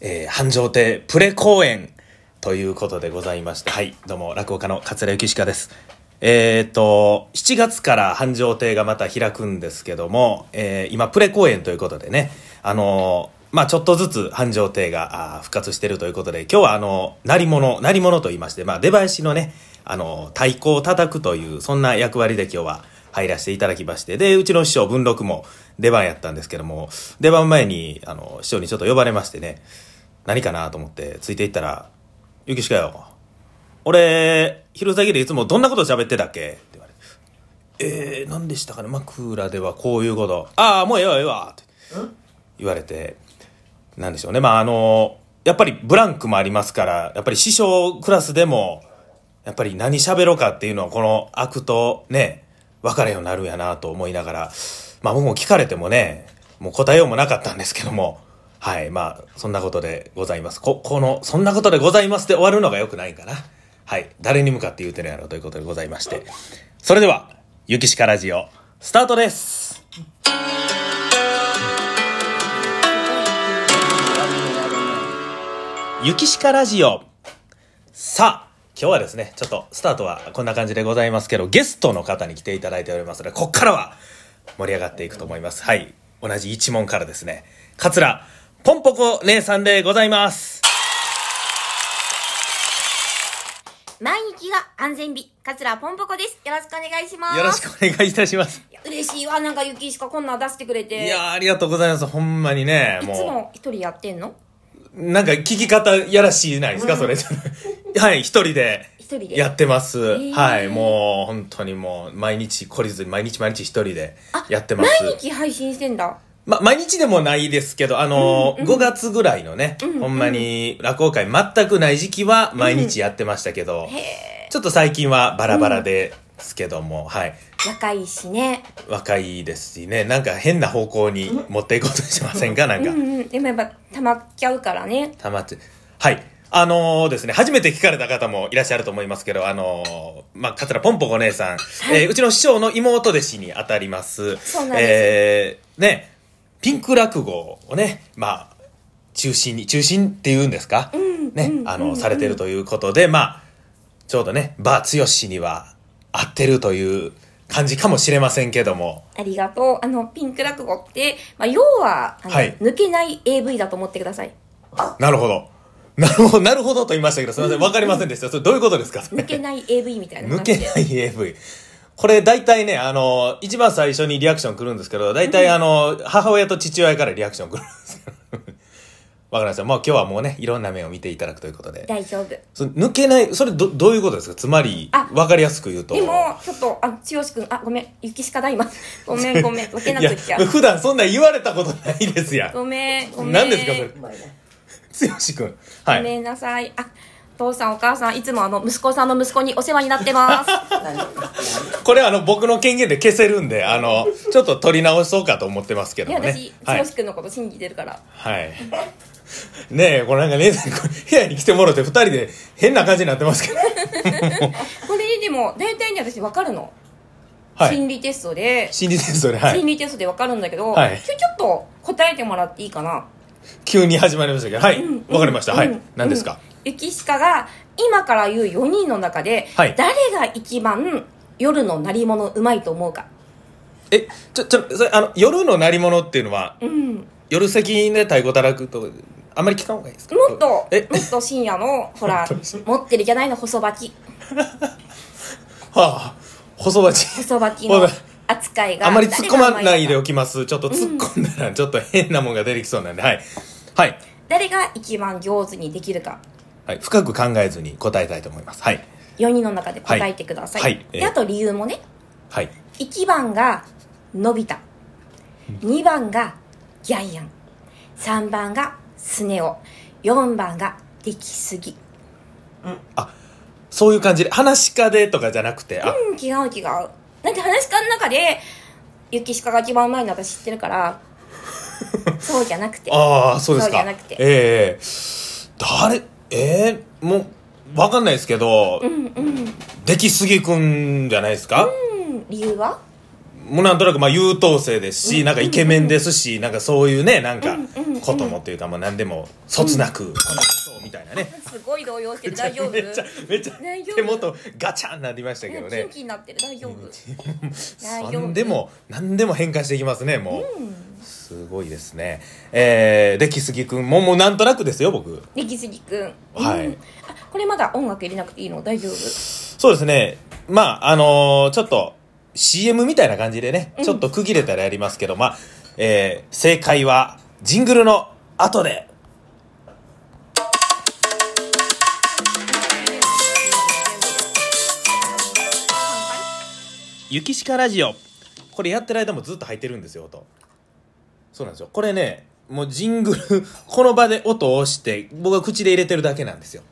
えー繁盛亭プレ公演ということでございまして、はい、どうも、落語家の桂幸鹿です。えーっと、7月から繁盛亭がまた開くんですけども、えー今、プレ公演ということでね、あのーまあちょっとずつ繁盛亭があー復活してるということで、今日はあの、鳴り物、鳴り物と言いまして、まあ出囃子のね、あの、太鼓を叩くという、そんな役割で今日は入らせていただきまして、で、うちの師匠文禄も出番やったんですけども、出番前に、あの、師匠にちょっと呼ばれましてね、何かなと思ってついていったら、ゆきしかよ、俺、昼下げでいつもどんなこと喋ってたっけって言われて、えー、何でしたかね枕ではこういうこと、ああ、もうええわ、ええわ、って言われて、なんでしょうね。まあ、あの、やっぱりブランクもありますから、やっぱり師匠クラスでも、やっぱり何喋ろうかっていうのは、この悪とね、分かれようになるんやなと思いながら、まあ僕も聞かれてもね、もう答えようもなかったんですけども、はい、まあ、そんなことでございます。こ、この、そんなことでございますで終わるのが良くないんかな。はい、誰に向かって言うてるんやろうということでございまして。それでは、ゆきしかラジオ、スタートですゆきしかラジオ。さあ、今日はですね、ちょっとスタートはこんな感じでございますけど、ゲストの方に来ていただいておりますので、こっからは盛り上がっていくと思います。はい。同じ一問からですね、桂ポンポコ姉さんでございます。毎日が安全日、桂ぽんぽこです。よろしくお願いします。よろしくお願いいたします。いや嬉しいわ、なんか雪しかこんなん出してくれて。いやー、ありがとうございます。ほんまにね、いつもも一人やってんのう、なんか聞き方やらしいないですか、そ れ。はい、一人で。一人で。やってます、ーはいもう本当にもう毎日懲りずに毎日毎日一人でやってます毎日配信してんだ。ま、毎日でもないですけど、あのー、5月ぐらいのね、んうんほんまに落語会全くない時期は毎日やってましたけど、へちょっと最近はバラバラですけども、はい。ー若いしね。若いですしね、なんか変な方向に持っていこうとしてませんかなんうか。んうん。でもやっぱ溜まっちゃうからね。たまって。はい。あのーですね、初めて聞かれた方もいらっしゃると思いますけど、あのーまあ、桂ぽんぽこ姉さん、えーうちの師匠の妹弟子にあたります。そうなんですえーね、ピンク落語をね、まあ、中心に、中心って言うんですか、ね、あの、されてるということで、まあ、ちょうどね、ばつよしには合ってるという感じかもしれませんけども、ありがとう。あの、ピンク落語って、まあ、要は、あのはい抜けない AV だと思ってください。なるほど。なるほど、なるほどと言いましたけど、すみません、わかりませんでした。それどういうことですかそれ抜けない AV みたいな抜話で。けない AV。これ大体ね、あの、一番最初にリアクション来るんですけど、大体あの、母親と父親からリアクション来るんですけど。わかりました。もう今日はもうね、いろんな面を見ていただくということで。大丈夫。その抜けない、それど、どういうことですかつまりあ、わかりやすく言うと。でも、ちょっと、あ、つよしくん、あ、ごめん、雪しかだ、今。ごめん、ご めん、分けないくやっちゃ、う。普段そんなん言われたことないですやん。ごめん、ごめん。何ですかそれ。つよしくん。はごい。めんなさい。あ、お父さんお母さん、いつもあの、息子さんの息子にお世話になって ます。 これはあの、僕の権限で消せるんで、あの、ちょっと取り直そうかと思ってますけいどや、もね。私、剛、はいくんのこと信じてるから。はい。ねえ、 これなんか姉さん、これ部屋に来てもろて、二人で変な感じになってますけど。これでも、大体に私分かるの。はい心。理テストで、心理テストで、はい心。理テストで分かるんだけど、はいちょちょっと答えてもらっていいかな。急に始まりましたけど、はい。わかりました。はういん。何ですかゆきしかが、今から言う4人の中で、はい誰が一番夜の鳴り物うまいと思うか。え、ちょ、ちょ、それ、あの、夜の鳴り物っていうのは、うん。夜席で太鼓叩くと、あんまり聞かんほうがいいですかもっと、もえ、っと深夜の、ほ ら、持ってるじゃないの、細ばき。はあ、細鉢。細ばきの扱いが。あまり突っ込まないでよおきます。ちょっと突っ込んだら、ちょっと変なもんが出てきそうなんで、はい。はい。誰が一番上手にできるかはい。深く考えずに答えたいと思います。はい。 4人の中で答えてください、はいはいえでえあと理由もねはい。 1番がのび太2番がジャイアン3番がスネ夫4番ができすぎそういう感じで、話し家でとかじゃなくて、あ、うん違う違うだって話し家の中でユキシカが一番うまいの私知ってるから そうじゃなくてああ、そうですか。そうじゃなくてええ誰、ええもう、わかんないですけど、うんうん出来すぎくんじゃないですか、うん理由はもうなんとなくまあ優等生ですし、なんかイケメンですし、なんかそういうねなんかうんうんうんこともというかもう何でもそつなく、この人みたいなねすごい動揺してる大丈 夫めっちゃめっちゃ大丈夫手元ガチャンなりましたけどキねンキンになってる大丈夫、大丈夫何でも何でも変換していきますねもう、すごいですねえー、で木杉君ももうなんとなくですよ僕できすぎくんはいうんあこれまだ音楽入れなくていいの大丈夫そうですねまああのーちょっと CM みたいな感じでね、ちょっと区切れたらやりますけどまあえー、正解はジングルの後でゆきしかラジオこれやってる間もずっと入ってるんですよ音そうなんですよこれねもうジングル この場で音を押して僕は口で入れてるだけなんですよ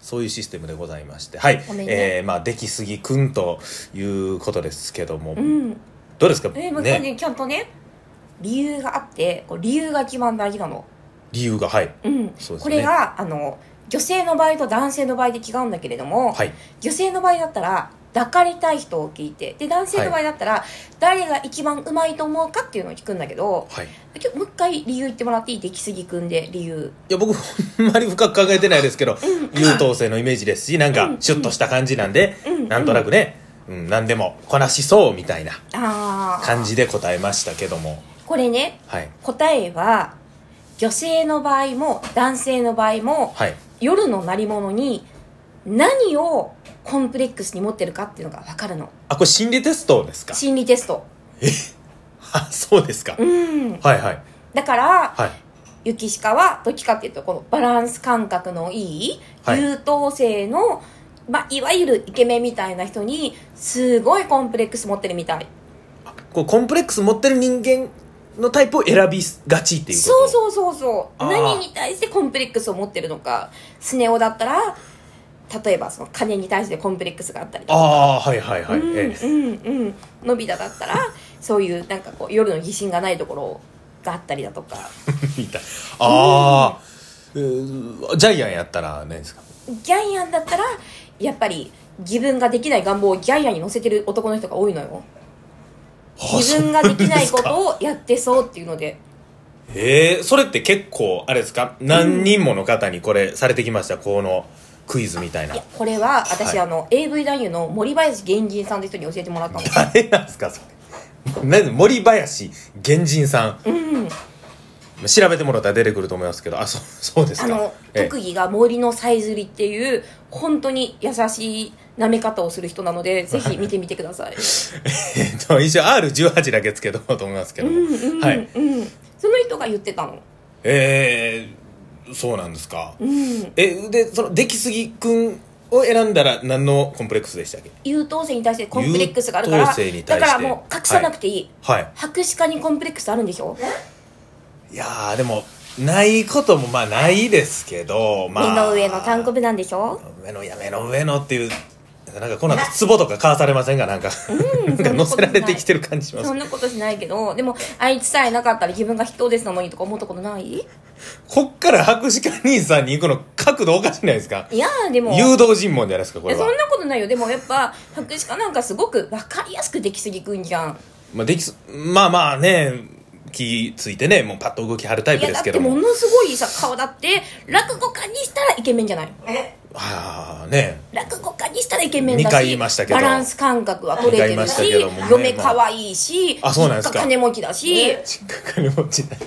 そういうシステムでございましてはい、ごめんねえーまあ出来すぎくんということですけども、うんどうですか、えーまあねちゃんとね理由があってこう理由が一番大事なの理由がはいうそん、うですねこれがあの女性の場合と男性の場合で違うんだけれども、はい女性の場合だったら抱かれたい人を聞いてで男性の場合だったら、誰が一番うまいと思うかっていうのを聞くんだけどはいい今日もう一回理由言ってもらっていい出来すぎくんで理由や僕ほんまに深く考えてないですけど優等生のイメージですしなんうんかシュッとした感じなんで、うんなんとなくね、うん、何でもこなしそうみたいなああ感じで答えましたけどもこれねはい答えは女性の場合も男性の場合もはい夜の鳴り物に何をコンプレックスに持ってるかっていうのが分かるのあこれ心理テストですか心理テストあそうですか、うんはいはいだからはいユキシカはどっちかっていうとこのバランス感覚のいいはい優等生の、まあ、いわゆるイケメンみたいな人にすごいコンプレックス持ってるみたいこうコンプレックス持ってる人間のタイプを選びがちっていうことそううそうそうそうあー何に対してコンプレックスを持ってるのかスネ夫だったら例えばその金に対してコンプレックスがあったりとかああはいはいはい、うんえ えうんうんのび太だったらそういうなんかこう夜の疑心がないところがあったりだとかみたいああ、うージャイアンやったら何ですかギャイアンだったらやっぱり自分ができない願望をギャイアンに乗せてる男の人が多いのよあ自分ができないことをやってそうっていうのでええそれって結構あれですか何人もの方にこれされてきました、このクイズみたいないやこれは私、はいあの AV 男優の森林源人さんという人に教えてもらったの誰なんですかそれなんで森林源人さうんん調べてもらったら出てくると思いますけどあそうそうですあかのええ特技が森のさえずりっていう本当に優しい舐め方をする人なのでぜひ見てみてくだ さいえっと、一応 R18 だけつけとこうと思いますけども、うんうん、はい、うんその人が言ってたのえー、そうなんですか、うんえでその出来すぎくんを選んだら何のコンプレックスでしたっけ優等生に対してコンプレックスがあるから優等生に対してだからもう隠さなくていい、はい白紙家にコンプレックスあるんでしょ、いやーでもないこともまあないですけどまあ目の上の単行部なんでしょ目のいや目の上のっていうなんかこの後ツボとか買わされませんかなんか、なんか乗せられてきてる感じしますそんなことしないけどでもあいつさえなかったら自分が筆頭ですなのにとか思ったことないこっから博士課兄さんに行くの角度おかしいないですかいやーでも誘導尋問じゃないですかこいれやそはん、なことないよでもやっぱ白紙家なんかすごく分かりやすくできすぎくんじゃんまあ、できすまあまあね気ついてねもうパッと動きはるタイいプやでだすっけてどもものすごいさ顔だって落語家にしたらイケメンじゃないはあね落語家にしたらイケメンだし二回言いましたけどバランス感覚は取れてるし二回言いましたけどもね嫁可愛いしあそうなんですか実家金持ちだし、実家金持ちだし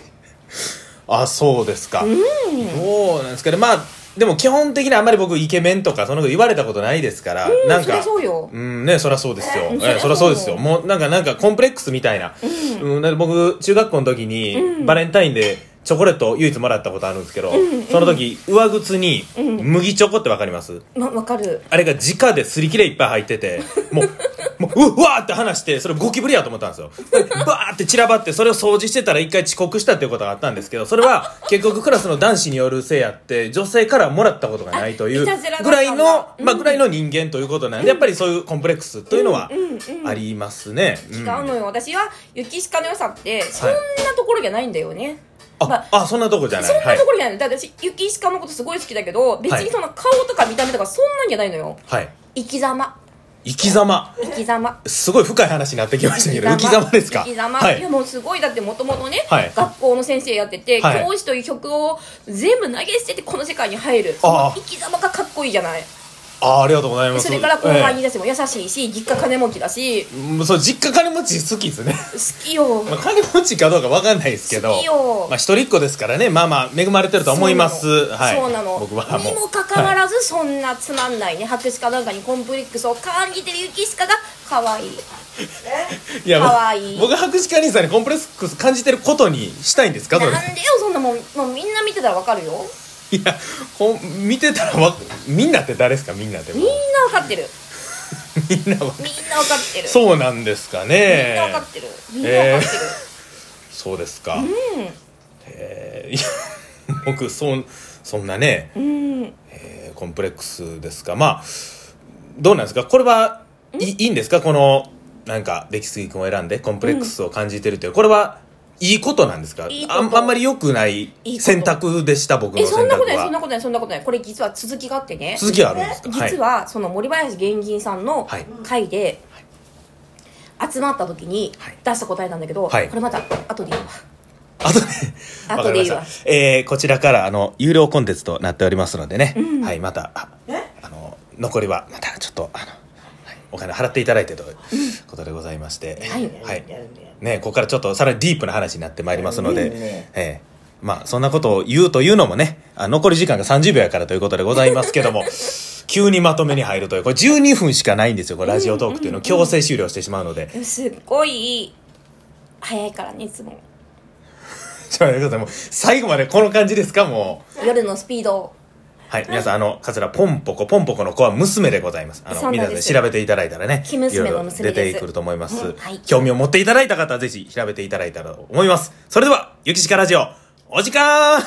あそうですかそうなんですかねまあでも基本的にあんまり僕イケメンとかそのこと言われたことないですから、なんそりかゃそうようんねそりゃそうですよ、うんえそりゃそうえそりゃそうですよもうなんかなんかコンプレックスみたいな、うんだって僕中学校の時に、バレンタインでチョコレート唯一もらったことあるんですけど、その時上靴に麦チョコってわかります、ま、わかるあれが直ですり切れいっぱい入ってて、もう、もう、うわーって話して、それゴキブリやと思ったんですよ。バーって散らばって、それを掃除してたら一回遅刻したっていうことがあったんですけど、それは結局クラスの男子によるせいやって、女性からもらったことがないというあいたずらだったんだぐらいの、うんまあぐらいの人間ということなんで、やっぱりそういうコンプレックスというのはありますね。う違うんのよ私は雪鹿の良さってそんなところじゃないんだよね、まあ、あ、そんなとこじゃない。そんはないところじゃないだって私雪鹿のことすごい好きだけど別にその顔とか見た目とかそんなんじゃないのよ、はい。生き様生生き様生き様すごい深い話になってきましたけど生き様ですか生き様、、はいいやもうすごいだってもともとね、はい学校の先生やってて、はい教師という曲を全部投げ捨ててこの世界に入るそああの生き様がかっこいいじゃないあーありがとうございますそれから後輩にえ出しても優しいし実家金持ちだしえうんそう実家金持ち好きですね 好きよまあ金持ちかどうかわかんないですけど好きよまあ一人っ子ですからねまあまあ恵まれてると思いますはいそうなの、僕はもうにもかかわはいらずそんなつまんないね博士かなんかにコンプレックスを感じてるユキシカが可愛い いや可愛い僕は博士課人さんにコンプレックス感じてることにしたいんですかなんそでれ よそんなもんもうみんな見てたらわかるよいやこう見てたらわみんなって誰ですかみんなってみんなわかってるみんなはみんなわかってるそうなんですかみんねなわかってるみんなわかってる、そうですか、えーいや 僕そんそんなね、うんえーコンプレックスですかまあどうなんですかこれはいいいんですかこのなんか出来すぎ君を選んでコンプレックスを感じてるという、これはいいことなんですかいいことあんあんまり良くないいこと選択でした僕のえそ選んな択ことないそんなはことないそんなことないこれ実は続きがあってね続きはあるんですか実ははその森林源銀さんのはい会で集まった時にはい出した答えなんだけど、はいこれまた後で言うわあとね、わか後りまでいいしわた。えー、こちらから、あの、有料コンテンツとなっておりますのでね。はい、また、ああの、残りは、またちょっと、あの、はいお金払っていただいてということでございまして。はいはい。ね、ここからちょっとさらにディープな話になってまいりますので、えーまあ、そんなことを言うというのもね、あ残り時間が30秒やからということでございますけど も、急にまとめに入るという、これ12分しかないんですよ、これラジオトークというのを強制終了してしまうので、でもすっごい早いからねいつも ちょっと待ってくださいもう最後までこの感じですか、もう。夜のスピードはい、皆さん、あの、かつら、ポンポコ、ポンポコの子は娘でございます。あの、そうなん皆ですさん調べていただいたらね、生娘の娘いろいろ出ですてくると思います。はい興味を持っていただいた方は、ぜひ調べていただいたらと思います。それでは、ゆきしかラジオ、お時間